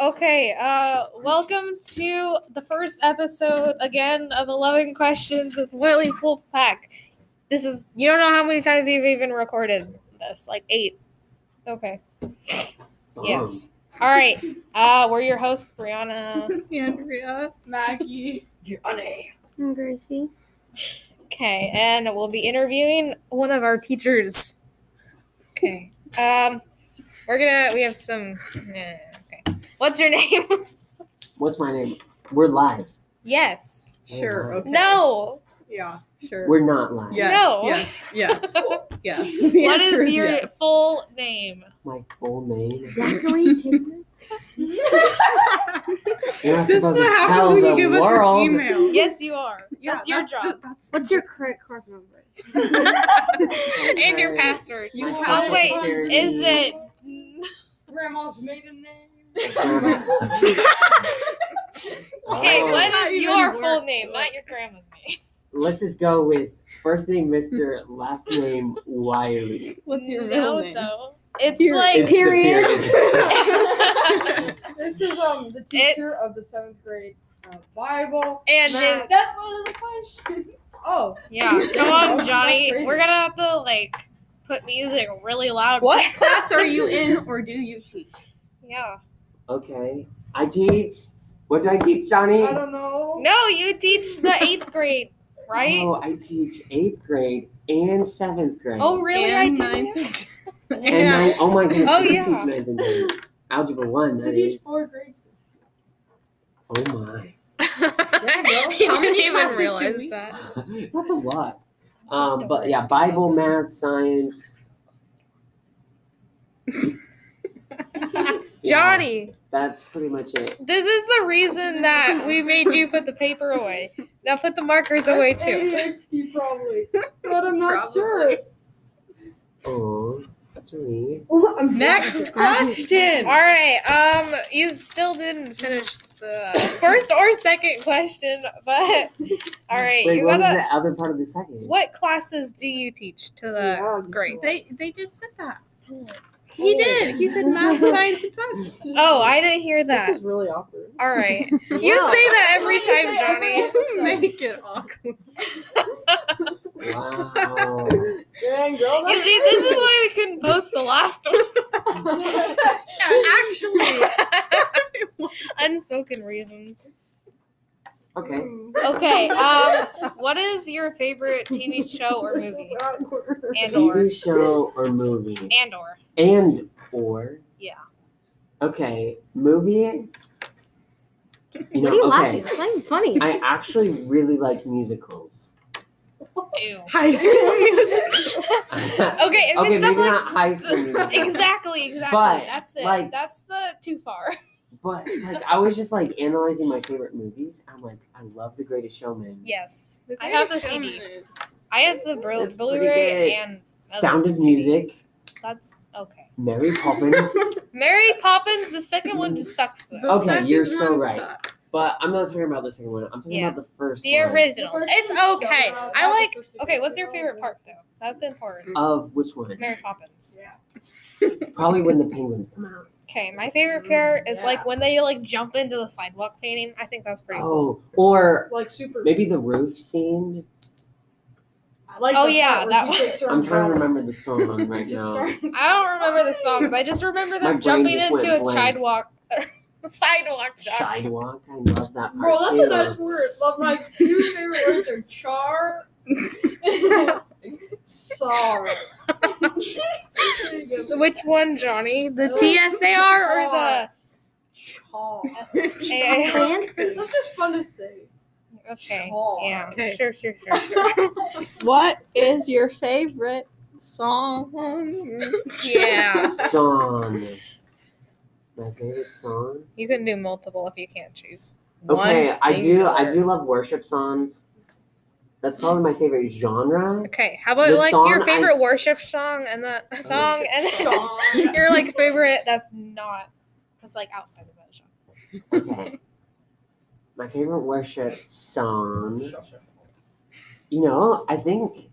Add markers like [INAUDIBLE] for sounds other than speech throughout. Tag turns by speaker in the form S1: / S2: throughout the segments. S1: Okay, uh, welcome to the first episode again of 11 Questions with Willie Wolfpack. This is, you don't know how many times we've even recorded this, like eight. Okay,
S2: Um,
S1: yes. All right, uh, we're your hosts, Brianna.
S3: Andrea, Maggie.
S4: I'm Gracie.
S1: Okay, and we'll be interviewing one of our teachers. Okay, um, we're gonna, we have some, eh, okay. What's your name?
S2: What's my name? We're live.
S1: yes.
S3: Sure. Okay.
S1: No.
S3: Yeah. Sure.
S2: We're not live.
S3: yes.
S1: No.
S3: Yes. [LAUGHS] Yes. Yes.
S1: what is your full name?
S2: My full name.
S4: Zachary Kidman.
S2: You're not
S3: This is
S2: supposed
S3: what
S2: to tell
S3: happens when you
S2: the
S3: give
S2: world.
S3: us your email.
S1: Yes, you are. that's your job.
S4: What's your credit card number?
S1: and your password.
S3: You
S2: My
S1: oh
S3: have
S2: social
S3: to
S1: wait,
S3: find-
S2: security.
S1: is it?
S5: grandma's maiden name.
S2: Um,
S1: [LAUGHS] Okay,
S2: Oh.
S1: what
S3: Not
S1: is
S3: even
S1: your
S3: work.
S1: full name, not your grandma's name?
S2: Let's just go with first name Mr. last name Wiley.
S3: What's your
S1: no,
S3: middle name?
S1: though. It's
S3: Period.
S2: It's
S1: like
S2: the
S4: Period.
S2: [LAUGHS]
S5: This is um the teacher
S1: It's-
S5: of the seventh grade uh, Bible.
S1: and
S5: Math.
S1: it-
S5: that's one of the questions. [LAUGHS] Oh,
S1: yeah, come on,
S5: That's
S1: Johnny.
S5: crazy.
S1: We're gonna have to like put music really loud.
S3: [LAUGHS] What class are
S1: [LAUGHS]
S3: you in or do you teach?
S1: Yeah.
S2: Okay. I teach. What do I teach, Johnny?
S5: I don't know.
S1: No, you teach the eighth grade, right?
S2: Oh, I teach eighth grade and seventh grade.
S1: Oh, really? I
S3: And
S1: didn't. know.
S3: ninth- [LAUGHS]
S2: And nine- oh my goodness,
S1: [LAUGHS] Oh,
S2: I
S1: yeah.
S2: teach ninth and tenth. Algebra one.
S5: So
S2: That
S5: teach
S2: is.
S5: four grades.
S2: Oh my. [LAUGHS]
S1: [LAUGHS]
S5: Yeah,
S1: he
S3: How many
S1: didn't even
S3: classes do
S1: realize
S3: we-
S1: that.
S2: That's a lot. Um,
S1: The
S2: but yeah,
S1: worst.
S2: Bible,
S1: [LAUGHS]
S2: math, science. Yeah,
S1: Johnny.
S2: that's pretty much it.
S1: This is the reason that we made you put the paper away. Now put the markers away too. [LAUGHS]
S5: You probably, but I'm not
S3: Probably.
S5: sure. [LAUGHS]
S2: Oh, Johnny.
S5: I'm
S3: Next question.
S1: All right. Um, you still didn't finish the first or second question, but all right.
S2: Wait,
S1: you
S2: what was
S1: gotta.
S2: the other part of the second?
S1: What classes do you teach to the
S5: [LAUGHS] Yeah,
S1: grades?
S3: They they just said that. He did. He [LAUGHS] said math, science, and [LAUGHS] math.
S1: Oh, I didn't hear
S5: This
S1: that.
S5: is really awkward.
S1: All
S2: [LAUGHS]
S1: right. You say that every
S5: That's what you
S1: time,
S5: say every
S1: [LAUGHS] Johnny.
S5: episode.
S3: [LAUGHS] Make it awkward.
S1: [LAUGHS]
S2: Wow.
S5: Dang, girl,
S1: You see, this is
S5: [LAUGHS]
S1: why we couldn't post the last
S5: that's-
S3: Actually, [LAUGHS]
S1: one. Unspoken reasons.
S2: Okay.
S1: Okay. Um, what is your favorite TV show or movie?
S5: Awkward.
S1: And or
S2: TV show or movie?
S1: and or
S2: And or.
S1: Yeah.
S2: Okay,
S1: [LAUGHS]
S2: movie. You know,
S4: what are you
S2: okay.
S4: laughing? It's not even funny.
S2: I actually really like musicals. [LAUGHS]
S1: ew.
S3: high school music.
S5: [LAUGHS]
S2: okay,
S1: Okay, if it's
S2: maybe
S1: stuff like
S2: not high
S1: [LAUGHS]
S2: school musical. [LAUGHS]
S1: exactly, exactly.
S2: But,
S1: that's it.
S2: like-
S1: that's the too
S2: [LAUGHS]
S1: far.
S2: But like I was just like analyzing my favorite movies. I'm like, I love The Greatest Showman.
S1: Yes, I have the CD. I have the Blu-
S2: That's pretty
S1: Blu-ray
S2: good.
S1: and other
S2: Sound of
S1: CD.
S2: Music,
S1: That's okay. [LAUGHS]
S2: Mary Poppins.
S1: Mary Poppins, the second one just sucks though.
S2: Okay, you're so right.
S1: [LAUGHS]
S2: but I'm not talking about the second one. I'm talking
S1: Yeah.
S2: about the first
S1: The
S2: one
S1: original. It's okay. I like. Okay, what's your
S5: Yeah.
S1: favorite part though? That's important.
S2: of which one?
S1: Mary Poppins.
S2: Probably when the penguins come out.
S1: Okay, my favorite part is
S3: Yeah.
S1: like when they like jump into the sidewalk painting. I think that's pretty cool.
S2: Oh, or
S5: Like super.
S2: maybe the roof scene.
S5: I like
S1: Oh,
S5: the
S1: yeah,
S5: part where
S1: that
S5: he takes her
S2: I'm trying to
S5: umbrella.
S2: remember
S1: [LAUGHS]
S2: the song right
S5: Just
S2: now.
S5: start-
S1: I don't remember the songs. I just remember
S2: My
S1: them
S2: brain
S1: jumping
S2: just
S1: into a
S2: went blank.
S1: sidewalk. [LAUGHS] sidewalk. Johnny.
S2: Sidewalk. I love that part
S5: Bro, that's
S2: too.
S5: a nice word.
S2: [LAUGHS]
S5: Love my two favorite words
S1: [LAUGHS]
S5: are char. Sorry.
S1: So which one, Johnny? The
S5: Oh.
S1: TSAR or
S5: Oh.
S1: [LAUGHS]
S5: Char.
S1: the SAR?
S5: That's just fun to say.
S1: Okay.
S5: Char.
S1: Yeah.
S3: Okay.
S1: Sure, sure, [LAUGHS] sure. sure.
S3: What is your favorite song?
S1: yeah.
S2: song. My favorite song.
S1: You can do multiple if you can't choose.
S2: Okay,
S3: One
S2: I do. I
S3: singular.
S2: do love worship songs. That's probably my favorite genre.
S1: Okay. How about
S2: The
S1: like
S2: song
S1: your
S2: I
S1: favorite
S2: s-
S1: worship song and the song and
S5: Char.
S1: then [LAUGHS] your like favorite that's not that's like outside of that genre.
S2: Okay. my favorite worship song. You know, I think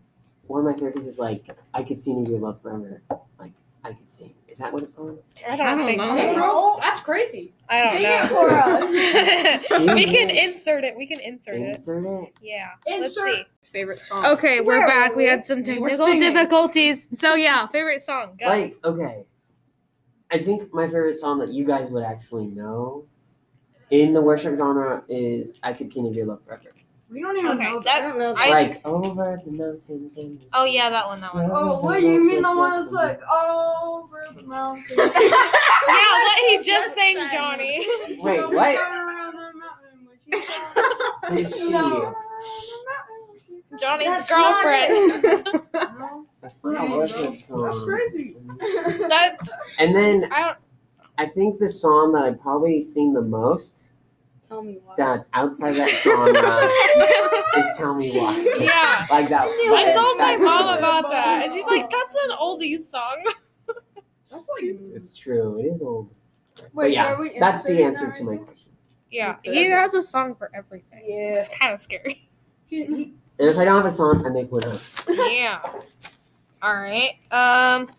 S2: one of my favorites is like "I Could See New Your Love Forever." Like I could sing. Is that what it's called?
S1: I don't,
S3: I don't
S1: think
S3: know.
S5: Sing
S1: so.
S5: roll? That's crazy.
S1: I don't
S5: Sing
S1: know.
S5: it for
S1: [LAUGHS]
S5: us.
S1: we can insert it. We can insert it.
S2: Insert it.
S1: Yeah. Let's
S5: Insert.
S1: see.
S3: Favorite song. [LAUGHS]
S1: Okay, we're
S5: Where
S1: back.
S5: are
S1: We
S5: we?
S1: had some
S3: We were
S1: technical
S3: singing.
S1: difficulties. So yeah, favorite song. Go.
S2: Like, okay. I think my favorite song that you guys would actually know in the worship genre is I Could Sing If You Love Forever.
S4: We don't even
S1: Okay,
S4: know. that.
S1: that's-
S4: I don't know.
S1: I-
S4: That.
S2: like, over the mountains and the
S1: oh yeah, that one. That one.
S5: Oh, what do you mean the one that's like over
S1: [LAUGHS]
S5: the mountain? yeah,
S1: Yeah, what he just
S3: Just
S1: sang, [LAUGHS]
S3: sang.
S1: Johnny.
S2: Wait, what?
S1: [LAUGHS]
S5: [LAUGHS]
S2: Who's she?
S1: Johnny's
S5: That's not
S1: girlfriend.
S2: That's not a worship song.
S5: crazy.
S1: That's
S2: And then
S1: I don't.
S2: I think the song that I probably sing the most
S4: Tell me why.
S2: that's outside that
S1: [LAUGHS]
S2: genre is Tell Me Why.
S1: yeah.
S2: Like that.
S1: I told my
S2: that- that-
S1: mom
S5: Backstory.
S1: about that, and she's like, "That's an oldies song." [LAUGHS]
S5: That's like,
S2: It's true. It is old.
S5: wait,
S2: yeah,
S5: are we
S2: That's the
S5: inserting
S2: answer
S5: that
S2: to
S5: right
S2: my
S5: there?
S2: question.
S1: Yeah, he has a song for everything.
S5: Yeah.
S1: It's kind of scary.
S5: He, he,
S2: And if I don't have a song, I make one up.
S1: [LAUGHS] Yeah. All right. Um.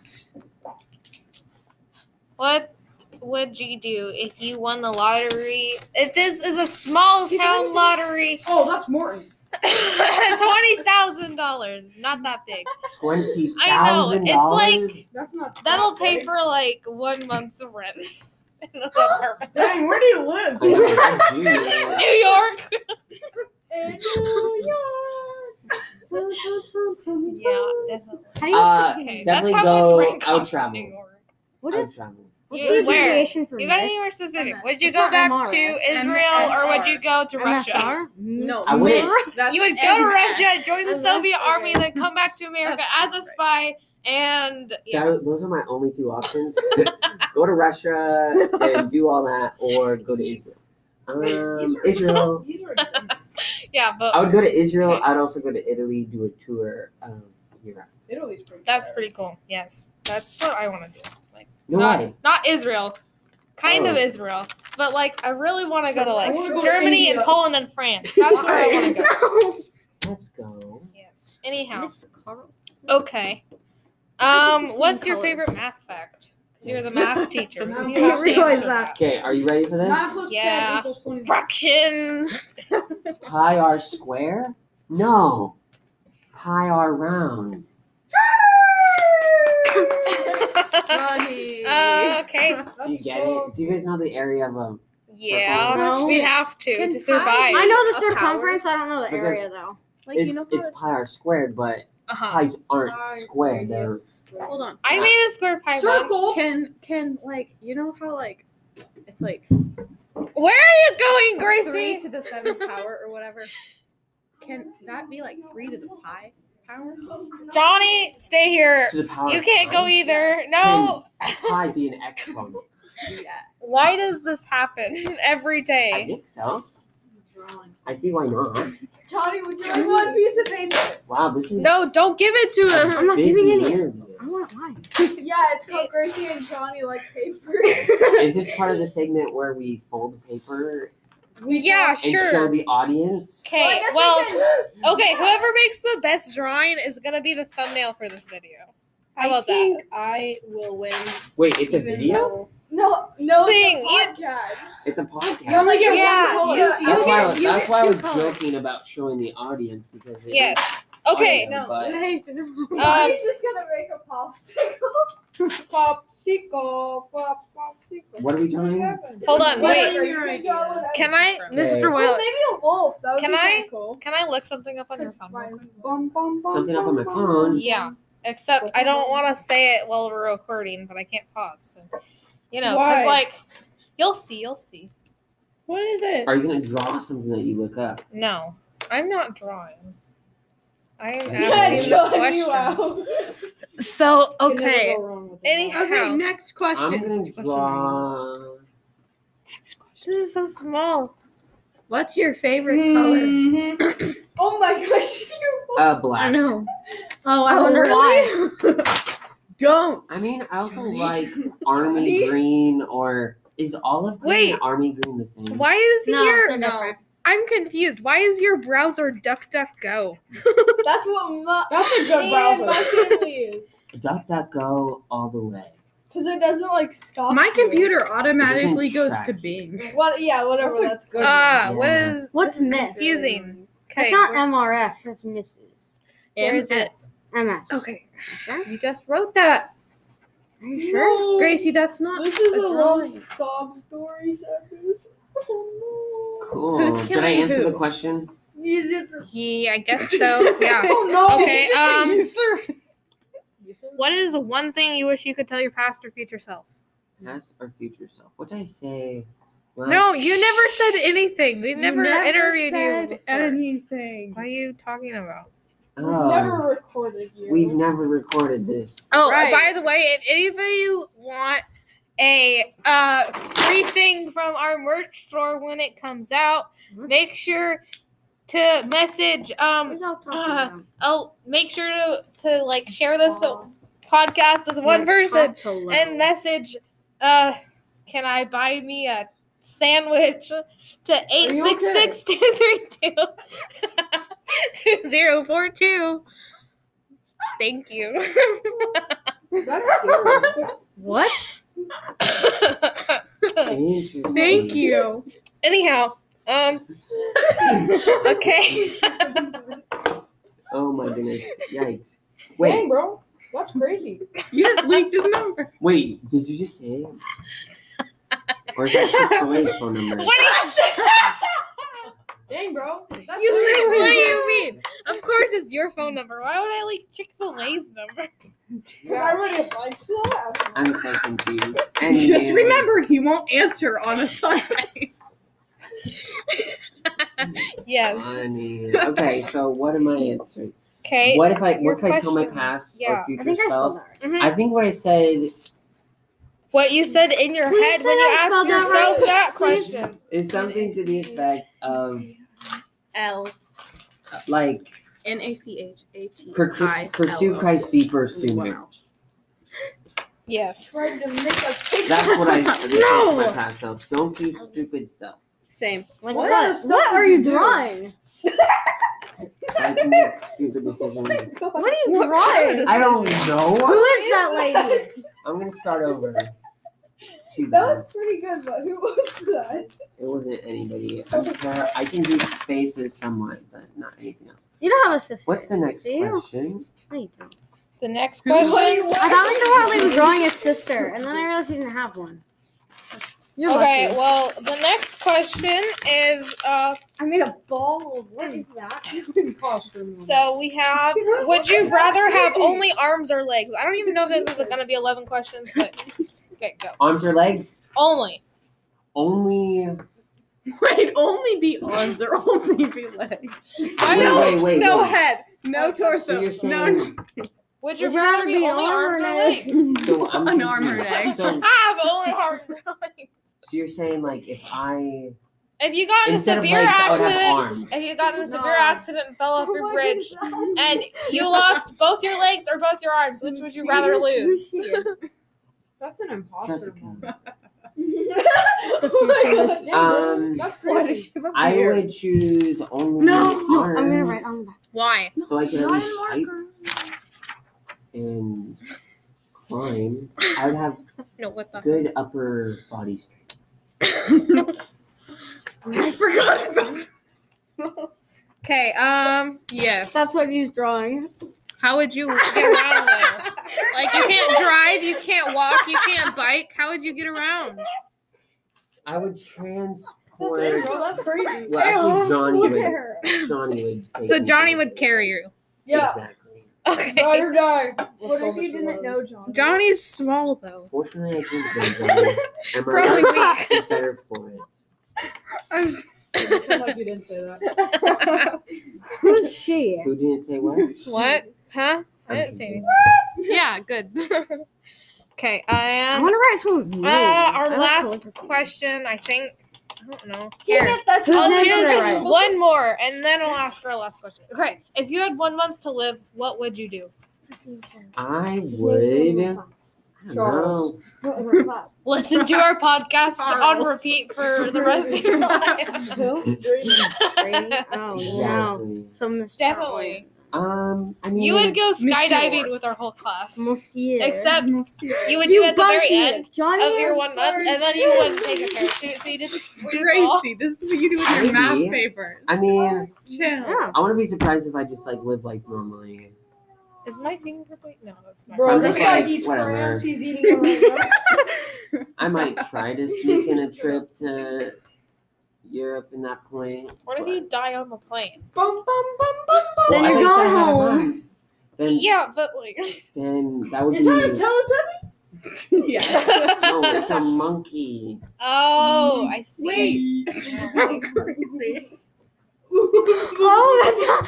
S1: What would you do if you won the lottery? If this is a small town lottery,
S5: oh, that's Morton.
S1: [LAUGHS] twenty thousand dollars. Not that big.
S2: Twenty
S1: I know,
S2: thousand
S1: it's like-
S5: That's not.
S1: That'll
S5: that
S1: pay
S5: big.
S1: for like one month's rent [LAUGHS] in an apartment.
S5: Dang, where do you live?
S1: [LAUGHS]
S2: New
S1: New York.
S5: In New
S1: Yeah, definitely.
S4: How do you
S2: Uh,
S4: say-
S1: Okay,
S2: Definitely
S1: that's how
S2: go
S1: much rent
S2: out
S1: costs in
S2: travel.
S1: New York.
S4: What
S2: I'm
S4: is?
S2: traveling.
S4: What's
S1: Yeah,
S4: the
S1: where?
S4: abbreviation for
S1: You gotta
S4: miss?
S1: be more specific.
S3: MS.
S1: Would you
S4: It's
S1: go
S4: not
S1: back
S4: MRS.
S1: to Israel or would you go to Russia?
S4: MSR?
S3: No.
S2: I would.
S1: You would go to Russia, join the
S4: MS,
S1: Soviet army, then
S4: okay.
S1: come back to America as
S3: That's
S1: a spy, and yeah.
S2: That- those are my only two options. go to Russia and do all that, or go to
S1: [LAUGHS]
S2: Israel. Um, Israel.
S5: York.
S1: Yeah, but
S2: I would go to Israel.
S1: Okay.
S2: I'd also go to Italy, do a tour of Europe.
S5: Italy's pretty.
S1: that's
S5: far.
S1: pretty cool. Yes. That's what I want to do. Like
S2: No
S1: not,
S2: way.
S1: not Israel. Kind of
S2: Oh.
S1: Israel. But like I really want to go to like
S5: I wanna go to
S1: Germany and
S5: India.
S1: Poland and France. That's where I want to go.
S2: Let's go.
S1: Yes. Anyhow.
S4: Miss Carl.
S1: Okay. Um,
S4: the same
S1: what's your
S4: colors.
S1: favorite math fact? Because you're the math teacher.
S5: I
S1: so you
S5: didn't
S1: have to
S4: realize
S1: answer
S4: that.
S2: Okay, are you ready for
S5: Nine
S2: this?
S5: plus
S1: Yeah.
S5: ten equals twenty.
S1: Fractions.
S2: [LAUGHS] Pi r square? No. Pi r round.
S1: [LAUGHS] Uh, okay.
S2: Do you
S5: That's
S2: get
S5: so-
S2: it? Do you guys know the area of um?
S1: Yeah,
S4: No.
S1: we have to
S3: Can
S1: to survive.
S4: I know the
S3: A power?
S4: circumference. I don't know the
S2: Because-
S4: area though. Like
S2: it's
S4: you know.
S2: it's pi r squared, but
S1: Uh-huh.
S2: pies aren't
S5: Pi
S2: square.
S5: is
S2: They're
S5: square.
S3: Hold on.
S1: I made a square pie
S5: Circle.
S3: Can can like you know how like it's like
S1: once. Where are you going,
S3: three
S1: Gracie?
S3: to the seventh power or whatever. Can that be like three to the pi power?
S1: Johnny, stay here.
S2: to the power.
S1: You
S2: of
S1: can't go
S2: nine.
S1: either. No.
S2: Pi be an exponent.
S3: Yeah.
S1: Why does this happen [LAUGHS] every
S2: I
S1: day?
S2: think so. I see why not.
S5: Johnny, would you like one piece of paper?
S2: Wow, this is
S1: No, don't give it to him.
S4: I'm not
S2: busy
S4: giving any.
S2: interview.
S4: I want mine.
S5: Yeah, it's called Gracie and Johnny like
S3: [LAUGHS]
S5: paper.
S2: Is this part of the segment where we fold paper
S1: Yeah,
S2: and show
S1: sure.
S2: the audience?
S5: I
S1: Okay,
S5: guess I
S1: well,
S5: can-
S1: Okay, whoever makes the best drawing is gonna be the thumbnail for this video. How about
S3: I
S1: that?
S3: think I will win.
S2: Wait, it's a
S3: even
S2: video.
S3: though-
S5: No, no,
S1: Sing,
S5: it's
S1: you-
S5: a podcast.
S2: It's a podcast.
S5: You only get
S1: Yeah,
S5: one
S3: you-
S5: color.
S3: you
S2: that's
S3: get-
S2: why. I-
S3: you
S2: that's
S3: get
S2: why I
S3: two
S2: was
S3: colors.
S2: joking about showing the audience because it is
S1: Yes.
S2: Oh,
S1: Okay.
S2: audio,
S5: No.
S2: but
S5: Johnny's
S1: Um,
S5: just gonna make a popsicle. [LAUGHS] popsicle, pop, popsicle.
S2: What are we doing?
S1: Hold on, wait. Can I,
S2: Okay.
S1: Mr.
S5: Well,
S1: Will?
S5: maybe a wolf. That would
S1: Can
S5: be
S1: I-
S5: kinda cool.
S1: Can I look something up on your
S5: 'Cause
S1: phone? real
S5: mine-
S1: quick?
S5: bum, bum, bum,
S2: Something up on my
S5: bum,
S2: phone.
S5: bum.
S1: Yeah. Except I don't want to say it while we're recording, but I can't pause. So. You know,
S3: Why?
S1: because like, you'll see, you'll see.
S3: What is it?
S2: are you gonna draw something that you look up?
S1: No, I'm not drawing. I am
S5: Yeah,
S1: asking
S5: Johnny, wow.
S1: questions. So
S5: Can never
S1: [LAUGHS]
S5: go wrong with that.
S1: Anyhow-
S3: Okay, next
S2: I'm
S3: question.
S2: gonna draw.
S1: This is so small.
S3: What's your favorite
S1: Hmm.
S3: color?
S5: Mhm. [COUGHS] oh my gosh, [LAUGHS] you
S2: Uh, black.
S3: I know. Oh, I
S4: Oh,
S3: wonder
S4: really?
S3: why. Don't.
S2: I mean, I also
S3: Johnny.
S2: like army green or is olive green
S1: Wait.
S2: and army green the same?
S1: Why is
S4: No,
S1: here?
S4: they're different.
S1: I'm confused. Why is your browser DuckDuckGo?
S5: That's what my,
S3: That's a
S5: me
S3: good
S5: and my
S3: browser.
S2: [LAUGHS]
S5: family is.
S2: DuckDuckGo all the way.
S5: Because it doesn't like stop.
S3: My
S5: you.
S3: computer automatically
S2: Doesn't
S3: goes
S2: track.
S3: to Bing.
S5: What? Yeah, whatever.
S3: That's a
S5: That's, good.
S1: Ah, what
S2: Yeah.
S1: is
S4: What's
S1: this is
S4: Miss?
S1: Confusing.
S4: That's
S1: Okay.
S4: not
S1: where-
S4: MRS. That's Mrs.
S1: where is it?
S4: MS.
S1: Okay.
S4: Sure?
S3: You just wrote that,
S4: Are you sure?
S5: No,
S3: Gracie. That's not.
S5: This is
S3: a
S5: a love
S3: drawing.
S5: sob story, Sanders. Oh
S2: Cool.
S3: Who's
S2: Did I
S3: killing
S2: answer
S3: who?
S2: the question?
S5: no. Use it for.
S1: Yeah, I [LAUGHS] guess so. Yeah.
S3: Oh no.
S1: Did Okay, you just
S3: [LAUGHS]
S1: say um,
S3: um.
S1: What is one thing you wish you could tell your past or future self?
S2: Past or future self? What did I say?
S1: No, you never said anything. We
S3: You
S1: never, interviewed
S3: said
S1: you. before.
S3: anything.
S1: What are you talking about?
S5: We've
S2: Oh,
S5: never recorded you.
S2: We've never recorded this.
S1: Oh, uh,
S3: Right.
S1: by the way, if any of you want a uh, free thing from our merch store when it comes out, make sure to message um
S4: Who's all talking
S1: uh,
S4: about?
S1: I'll make sure to, to like share this uh, podcast with one person and message uh can I buy me a sandwich to
S5: Are you okay?
S1: [LAUGHS] 866-232-2042. Thank you. [LAUGHS]
S5: That's scary.
S3: What?
S2: Interesting.
S3: Thank you.
S1: Anyhow, um okay. [LAUGHS]
S2: Oh my goodness. Yikes.
S5: Dang,
S2: Wait,
S5: bro. That's crazy.
S3: You just leaked his number.
S2: wait, did you just say it? Or is that Chick-fil-A's phone number?
S1: What do you
S5: Dang, bro. That's
S1: You
S5: crazy.
S1: what do you mean? Of course it's your phone number. Why would I like Chick fil A's number?
S5: Because I would have liked that.
S2: I'm so confused.
S3: Just
S2: Anyway.
S3: remember, he won't answer on a Sunday.
S1: Yes.
S2: Funny. Okay, so what am I answering?
S1: Okay.
S2: what if I
S1: your
S2: what could I tell my
S1: question.
S2: past
S1: Yeah,
S2: or
S4: I
S2: future
S4: think I spelled
S2: self?
S4: that. right.
S1: Mhm.
S2: I think what I said
S1: What you said in your
S4: Please
S1: head
S4: say
S1: when you
S4: I
S1: asked
S4: spelled that
S1: yourself
S4: right.
S1: that
S4: Please.
S1: question.
S2: is something to the effect of
S1: L.
S2: like
S3: N a c h a t
S2: per- pursue Christ deeper sooner.
S1: Yes.
S5: Tried to make a picture.
S2: That's what I said to my
S3: No.
S2: past self. Don't do stupid stuff.
S3: Same.
S4: Like
S5: What
S4: What,
S5: kind of
S4: what,
S5: stuff
S4: are
S5: do you
S4: you
S5: do?
S4: drawing?
S2: I can make stupid decisions.
S4: What are you
S3: What kind
S4: drawing?
S3: of-
S2: I don't
S4: Who
S2: know.
S4: is that lady?
S2: I'm gonna start over. Too
S5: [LAUGHS] That
S2: bad.
S5: was pretty good, but who was that?
S2: It wasn't anybody. I'm ter- I can do faces somewhat, but not anything else.
S4: You don't have a sister.
S2: What's the next
S4: Do you?
S2: question?
S4: No, you don't.
S1: The next
S5: What
S1: question.
S5: you
S4: I thought Linda Hartley was drawing a sister, and then I realized you didn't have one. You're
S1: Okay,
S4: lucky.
S1: well, the next question is uh
S4: I made a ball of
S5: What is
S4: [LAUGHS] that?
S1: so we have would you rather have only arms or legs? I don't even know if this is gonna be eleven questions, but okay, go.
S2: Arms or legs?
S1: Only.
S2: Only.
S3: [LAUGHS] Wait, only be arms or only be legs.
S1: Why
S2: wait,
S1: don't-
S2: wait, wait,
S3: no
S2: wait.
S3: head, no torso,
S2: So you're
S3: no.
S2: saying
S1: Would you rather be only arms or legs?
S2: so I'm
S3: An arm or
S2: confused.
S3: leg.
S2: So,
S1: I have only arms or legs.
S2: so you're saying like if I
S1: If you got in a
S2: instead of
S1: severe
S2: legs I would have
S1: accident
S2: arms.
S1: if you got in a severe
S5: No.
S1: accident and fell off
S5: Oh
S1: your
S5: my
S1: bridge
S5: goodness.
S1: and you lost both your legs or both your arms, which would you rather
S4: [LAUGHS]
S1: lose?
S5: That's an imposter.
S2: Jessica.
S5: [LAUGHS] oh
S3: [LAUGHS]
S5: my God.
S2: Um,
S5: That's
S3: Why
S5: crazy.
S3: does she have a
S2: I
S3: beard?
S2: would choose only
S3: No,
S2: arms.
S4: No, I'm gonna write on the back.
S1: Why?
S2: So I could at
S5: Not
S2: least
S5: a
S2: type and climb. I would have
S1: No, what the
S2: good upper body strength.
S3: I forgot about that.
S1: Okay, um yes.
S4: That's what he's drawing.
S1: How would you get around though? Like you [LAUGHS] can't drive, you can't walk, you can't bike. How would you get around?
S2: I would transport.
S5: Dang, [LAUGHS] bro, that's crazy.
S2: Well, actually, Johnny
S5: Look at
S2: would.
S5: her.
S2: Johnny would. take
S1: So
S2: me
S1: Johnny
S2: places.
S1: would carry you.
S5: Yeah.
S2: Exactly.
S1: Okay.
S5: Ride or die. What
S3: so
S5: if
S3: much
S5: you didn't
S3: love.
S5: know
S1: [LAUGHS]
S5: John?
S1: Johnny's small though.
S2: Fortunately, I think that Johnny. and my
S1: Probably
S2: wife
S1: weak.
S2: is better for it.
S5: Pretend like you didn't say that.
S1: [LAUGHS]
S4: Who's she?
S1: Uh,
S2: Who didn't say what?
S1: [LAUGHS] what? [LAUGHS] Huh? I
S2: I'm
S1: didn't say anything. Yeah, good. [LAUGHS] okay,
S4: I
S1: and
S4: wanna write some of you.
S1: uh, our
S4: I like to
S1: last
S4: look at you.
S1: question, I think. I don't know.
S5: Damn
S1: Here.
S5: it, that's
S4: Who's
S1: I'll
S4: next
S1: choose
S4: to write?
S1: one more, and then I'll ask our last question. Okay, if you had one month to live, what would you do?
S2: I would I don't
S5: Charles.
S2: know.
S1: Listen to [LAUGHS] our podcast on
S3: Charles.
S1: repeat for the rest of your [LAUGHS] life.
S4: Who? Three? [LAUGHS] Oh no.
S2: Exactly.
S4: Some
S1: Definitely.
S2: Um, I mean,
S1: You would go
S4: Monsieur.
S1: skydiving with our whole class.
S4: Monsieur.
S1: Except you would
S4: You
S1: do at the very
S4: bunted,
S1: end
S4: Johnny,
S1: of your
S4: I'm
S1: one month,
S4: sorry.
S1: and then you wouldn't take a parachute, so you just
S3: [LAUGHS]
S1: free fall.
S3: Gracie, this is what you do
S2: Maybe.
S3: with your math papers.
S2: I mean,
S3: Chill.
S4: Yeah.
S2: I wouldn't be surprised if I just like lived like normally.
S1: Is my finger pointing? No, that's my
S5: Bro,
S2: I'm
S5: this
S2: just
S5: guy
S2: like,
S5: eats
S2: whatever.
S5: crayons. He's eating it right now.
S2: I might try to sneak in a trip to Europe in that point.
S1: What if
S2: but-
S1: you die on the plane?
S5: Bum, bum, bum, bum, bum.
S4: Then
S2: I
S4: you're
S2: think so,
S4: going
S2: I had a
S4: home.
S2: bus. Then,
S1: [LAUGHS] yeah, but like,
S2: then that would
S5: Is
S2: be.
S5: that a Teletubby?
S3: yeah.
S2: [LAUGHS]
S5: [LAUGHS]
S2: [LAUGHS] no,
S1: [LAUGHS]
S2: it's a monkey.
S1: oh, I see.
S3: Wait.
S1: Oh my
S3: I'm crazy.
S4: Oh,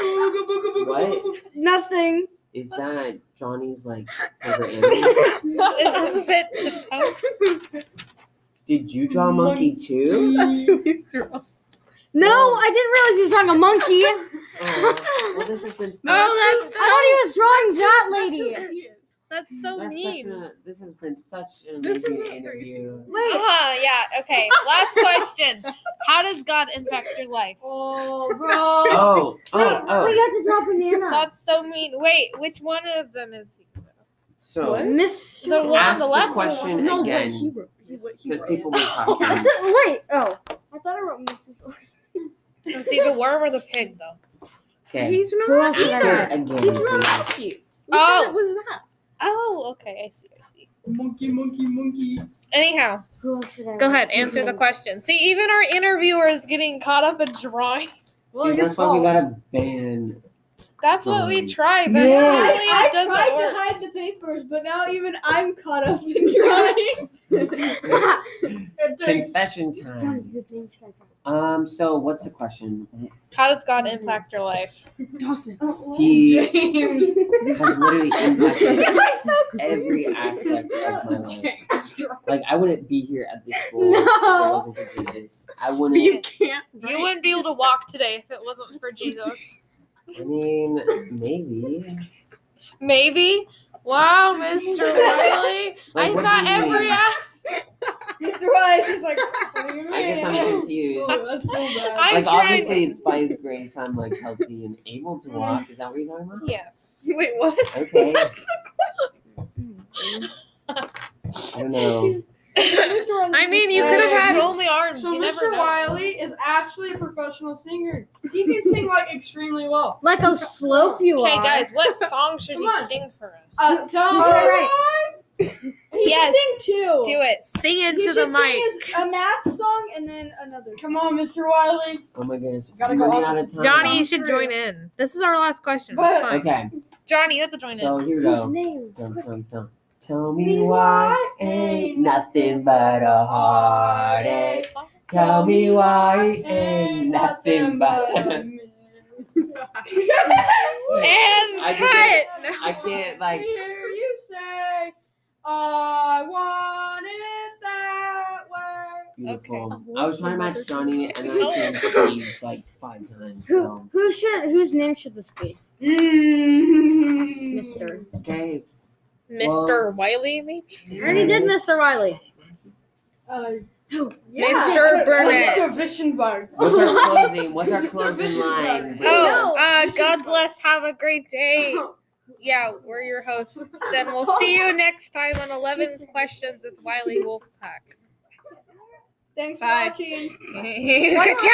S5: Ooga booga booga
S2: What?
S5: booga
S4: that's [LAUGHS] nothing.
S2: Is that Johnny's like favorite animal?
S1: God. Is this a bit? [LAUGHS] Oh,
S2: Did you draw a monkey too?
S3: [LAUGHS] That's who he's through.
S4: No,
S2: Oh.
S4: I didn't realize you were drawing a [LAUGHS] monkey.
S2: Oh, well, this has been such,
S1: Oh,
S4: I thought he was drawing that lady.
S1: that's so
S2: that's such
S1: mean.
S2: a, this has been such an
S3: This is
S2: amazing
S3: so crazy.
S2: interview.
S4: Wait,
S1: Uh-huh, yeah. Okay. Last question. How does God impact your life?
S5: Oh, bro.
S2: Oh, oh,
S4: we
S2: oh.
S4: got to draw banana.
S1: That's so mean. Wait, which one of them is he?
S2: So
S3: What?
S4: Miss.
S1: The one on
S2: ask
S1: the
S2: the
S1: left.
S2: question
S3: No,
S2: again.
S3: what he wrote. He, what he
S2: Because
S3: wrote.
S2: people were
S4: That's
S2: talking.
S4: [LAUGHS] it. Wait. Oh, I thought I wrote Mrs. Orson.
S1: Is he the worm or the pig, though?
S2: Okay.
S3: He's not
S4: Who else
S3: either.
S2: Ask it again.
S3: He's not
S2: please.
S3: happy.
S1: Oh.
S3: Oh, it was that.
S1: Oh, okay. I see. I see.
S5: Monkey, monkey, monkey.
S1: Anyhow,
S4: Who else should I
S1: go
S4: write?
S1: ahead. Answer the question. See, even our interviewer is getting caught up in drawing.
S2: See, that's why we gotta ban.
S1: That's what we
S2: Um,
S1: try, but clearly
S4: yeah.
S5: I,
S1: it
S5: I
S1: doesn't
S5: tried
S1: work.
S5: to hide the papers, but now even I'm caught up in [LAUGHS] drawing.
S2: [LAUGHS]
S5: It takes-
S2: Confession
S4: Johnny,
S2: time.
S4: whose name should I draw?
S2: Um. So, what's the question?
S1: How does God impact your life?
S3: Dawson.
S2: He [LAUGHS]
S5: Oh, James.
S2: has literally impacted
S5: You're so
S2: every aspect of my life.
S3: Okay.
S2: Like, I wouldn't be here at this school if it
S4: No.
S2: wasn't for Jesus. I
S3: You
S2: wouldn't.
S3: can't.
S1: You wouldn't be able to walk today if it wasn't for Jesus.
S2: I mean, maybe.
S1: Maybe. Wow, Mr. [LAUGHS] Wiley. I
S2: Like, what
S1: thought
S2: do you
S1: every
S2: mean?
S1: ass.
S5: Mr. Wise is like, what do you
S2: I guess I'm
S5: mean?
S2: confused.
S5: Oh,
S1: [LAUGHS]
S5: that's so bad.
S1: I- I'm
S2: like,
S1: trying-
S2: obviously, it's by His grace I'm like healthy and able to walk. Is that what you're talking
S1: Yes.
S3: Wait, what?
S2: about? Okay. I don't know.
S5: Mr.
S1: [LAUGHS]
S5: Wiley
S1: I
S5: is
S1: mean, you
S5: a-
S1: could have had
S5: He's-
S1: only arms.
S5: So
S1: You never
S5: Mr.
S1: know.
S5: Wiley is actually a professional singer. He can sing like extremely well.
S4: Like how slope you
S1: Okay,
S4: are.
S1: guys, [LAUGHS] what song should
S5: Come
S1: he
S5: on.
S1: sing for us?
S5: Uh, tell him
S4: All
S5: Mr.
S4: right.
S5: Wise. He
S1: Yes.
S5: can sing too.
S1: Do it. Sing
S5: He
S1: into
S5: should
S1: the
S5: sing
S1: mic.
S5: his- a math song and then another. Come on, Mr. Wiley.
S2: Oh my goodness.
S5: Gotta
S2: I'm
S5: go
S2: running
S5: up.
S2: out of time.
S1: Johnny, you
S5: I'm
S1: should
S5: through.
S1: join in. This is our last question.
S5: But-
S1: it's fine.
S2: Okay.
S1: Johnny, you have to join
S2: So
S1: in.
S2: here we
S4: Whose
S2: go.
S4: name?
S2: Dun, dun, dun. Tell me
S5: Please
S2: why
S5: why
S2: ain't nothing but a heartache. Tell me why ain't nothing but. a-
S1: And
S2: I
S1: cut.
S2: I can't, like-
S5: Hear you say, I want it that way.
S2: Beautiful.
S4: Okay.
S2: I was trying to match Johnny and then I changed the keys like five times. So.
S4: Who should? Whose name should this be?
S1: Mm-hmm.
S5: Mm.
S4: Mister.
S2: Okay.
S1: Mr. Wiley, maybe?
S4: I already did Mr. Riley.
S5: Uh,
S1: Mr. Burnett.
S5: Mr. Vichenberg.
S2: What's
S1: [LAUGHS]
S2: [LAUGHS] our closing? What's our
S5: This
S2: closing
S5: is
S2: line?
S5: bad.
S1: Oh,
S5: No,
S1: uh,
S5: this is
S1: God
S5: fun.
S1: bless. Have a great
S5: [LAUGHS]
S1: day. Yeah, we're your hosts, and we'll see you next time on 11 Questions with Wiley Wolfpack.
S5: Thanks for
S1: Bye.
S5: watching.
S1: Good job.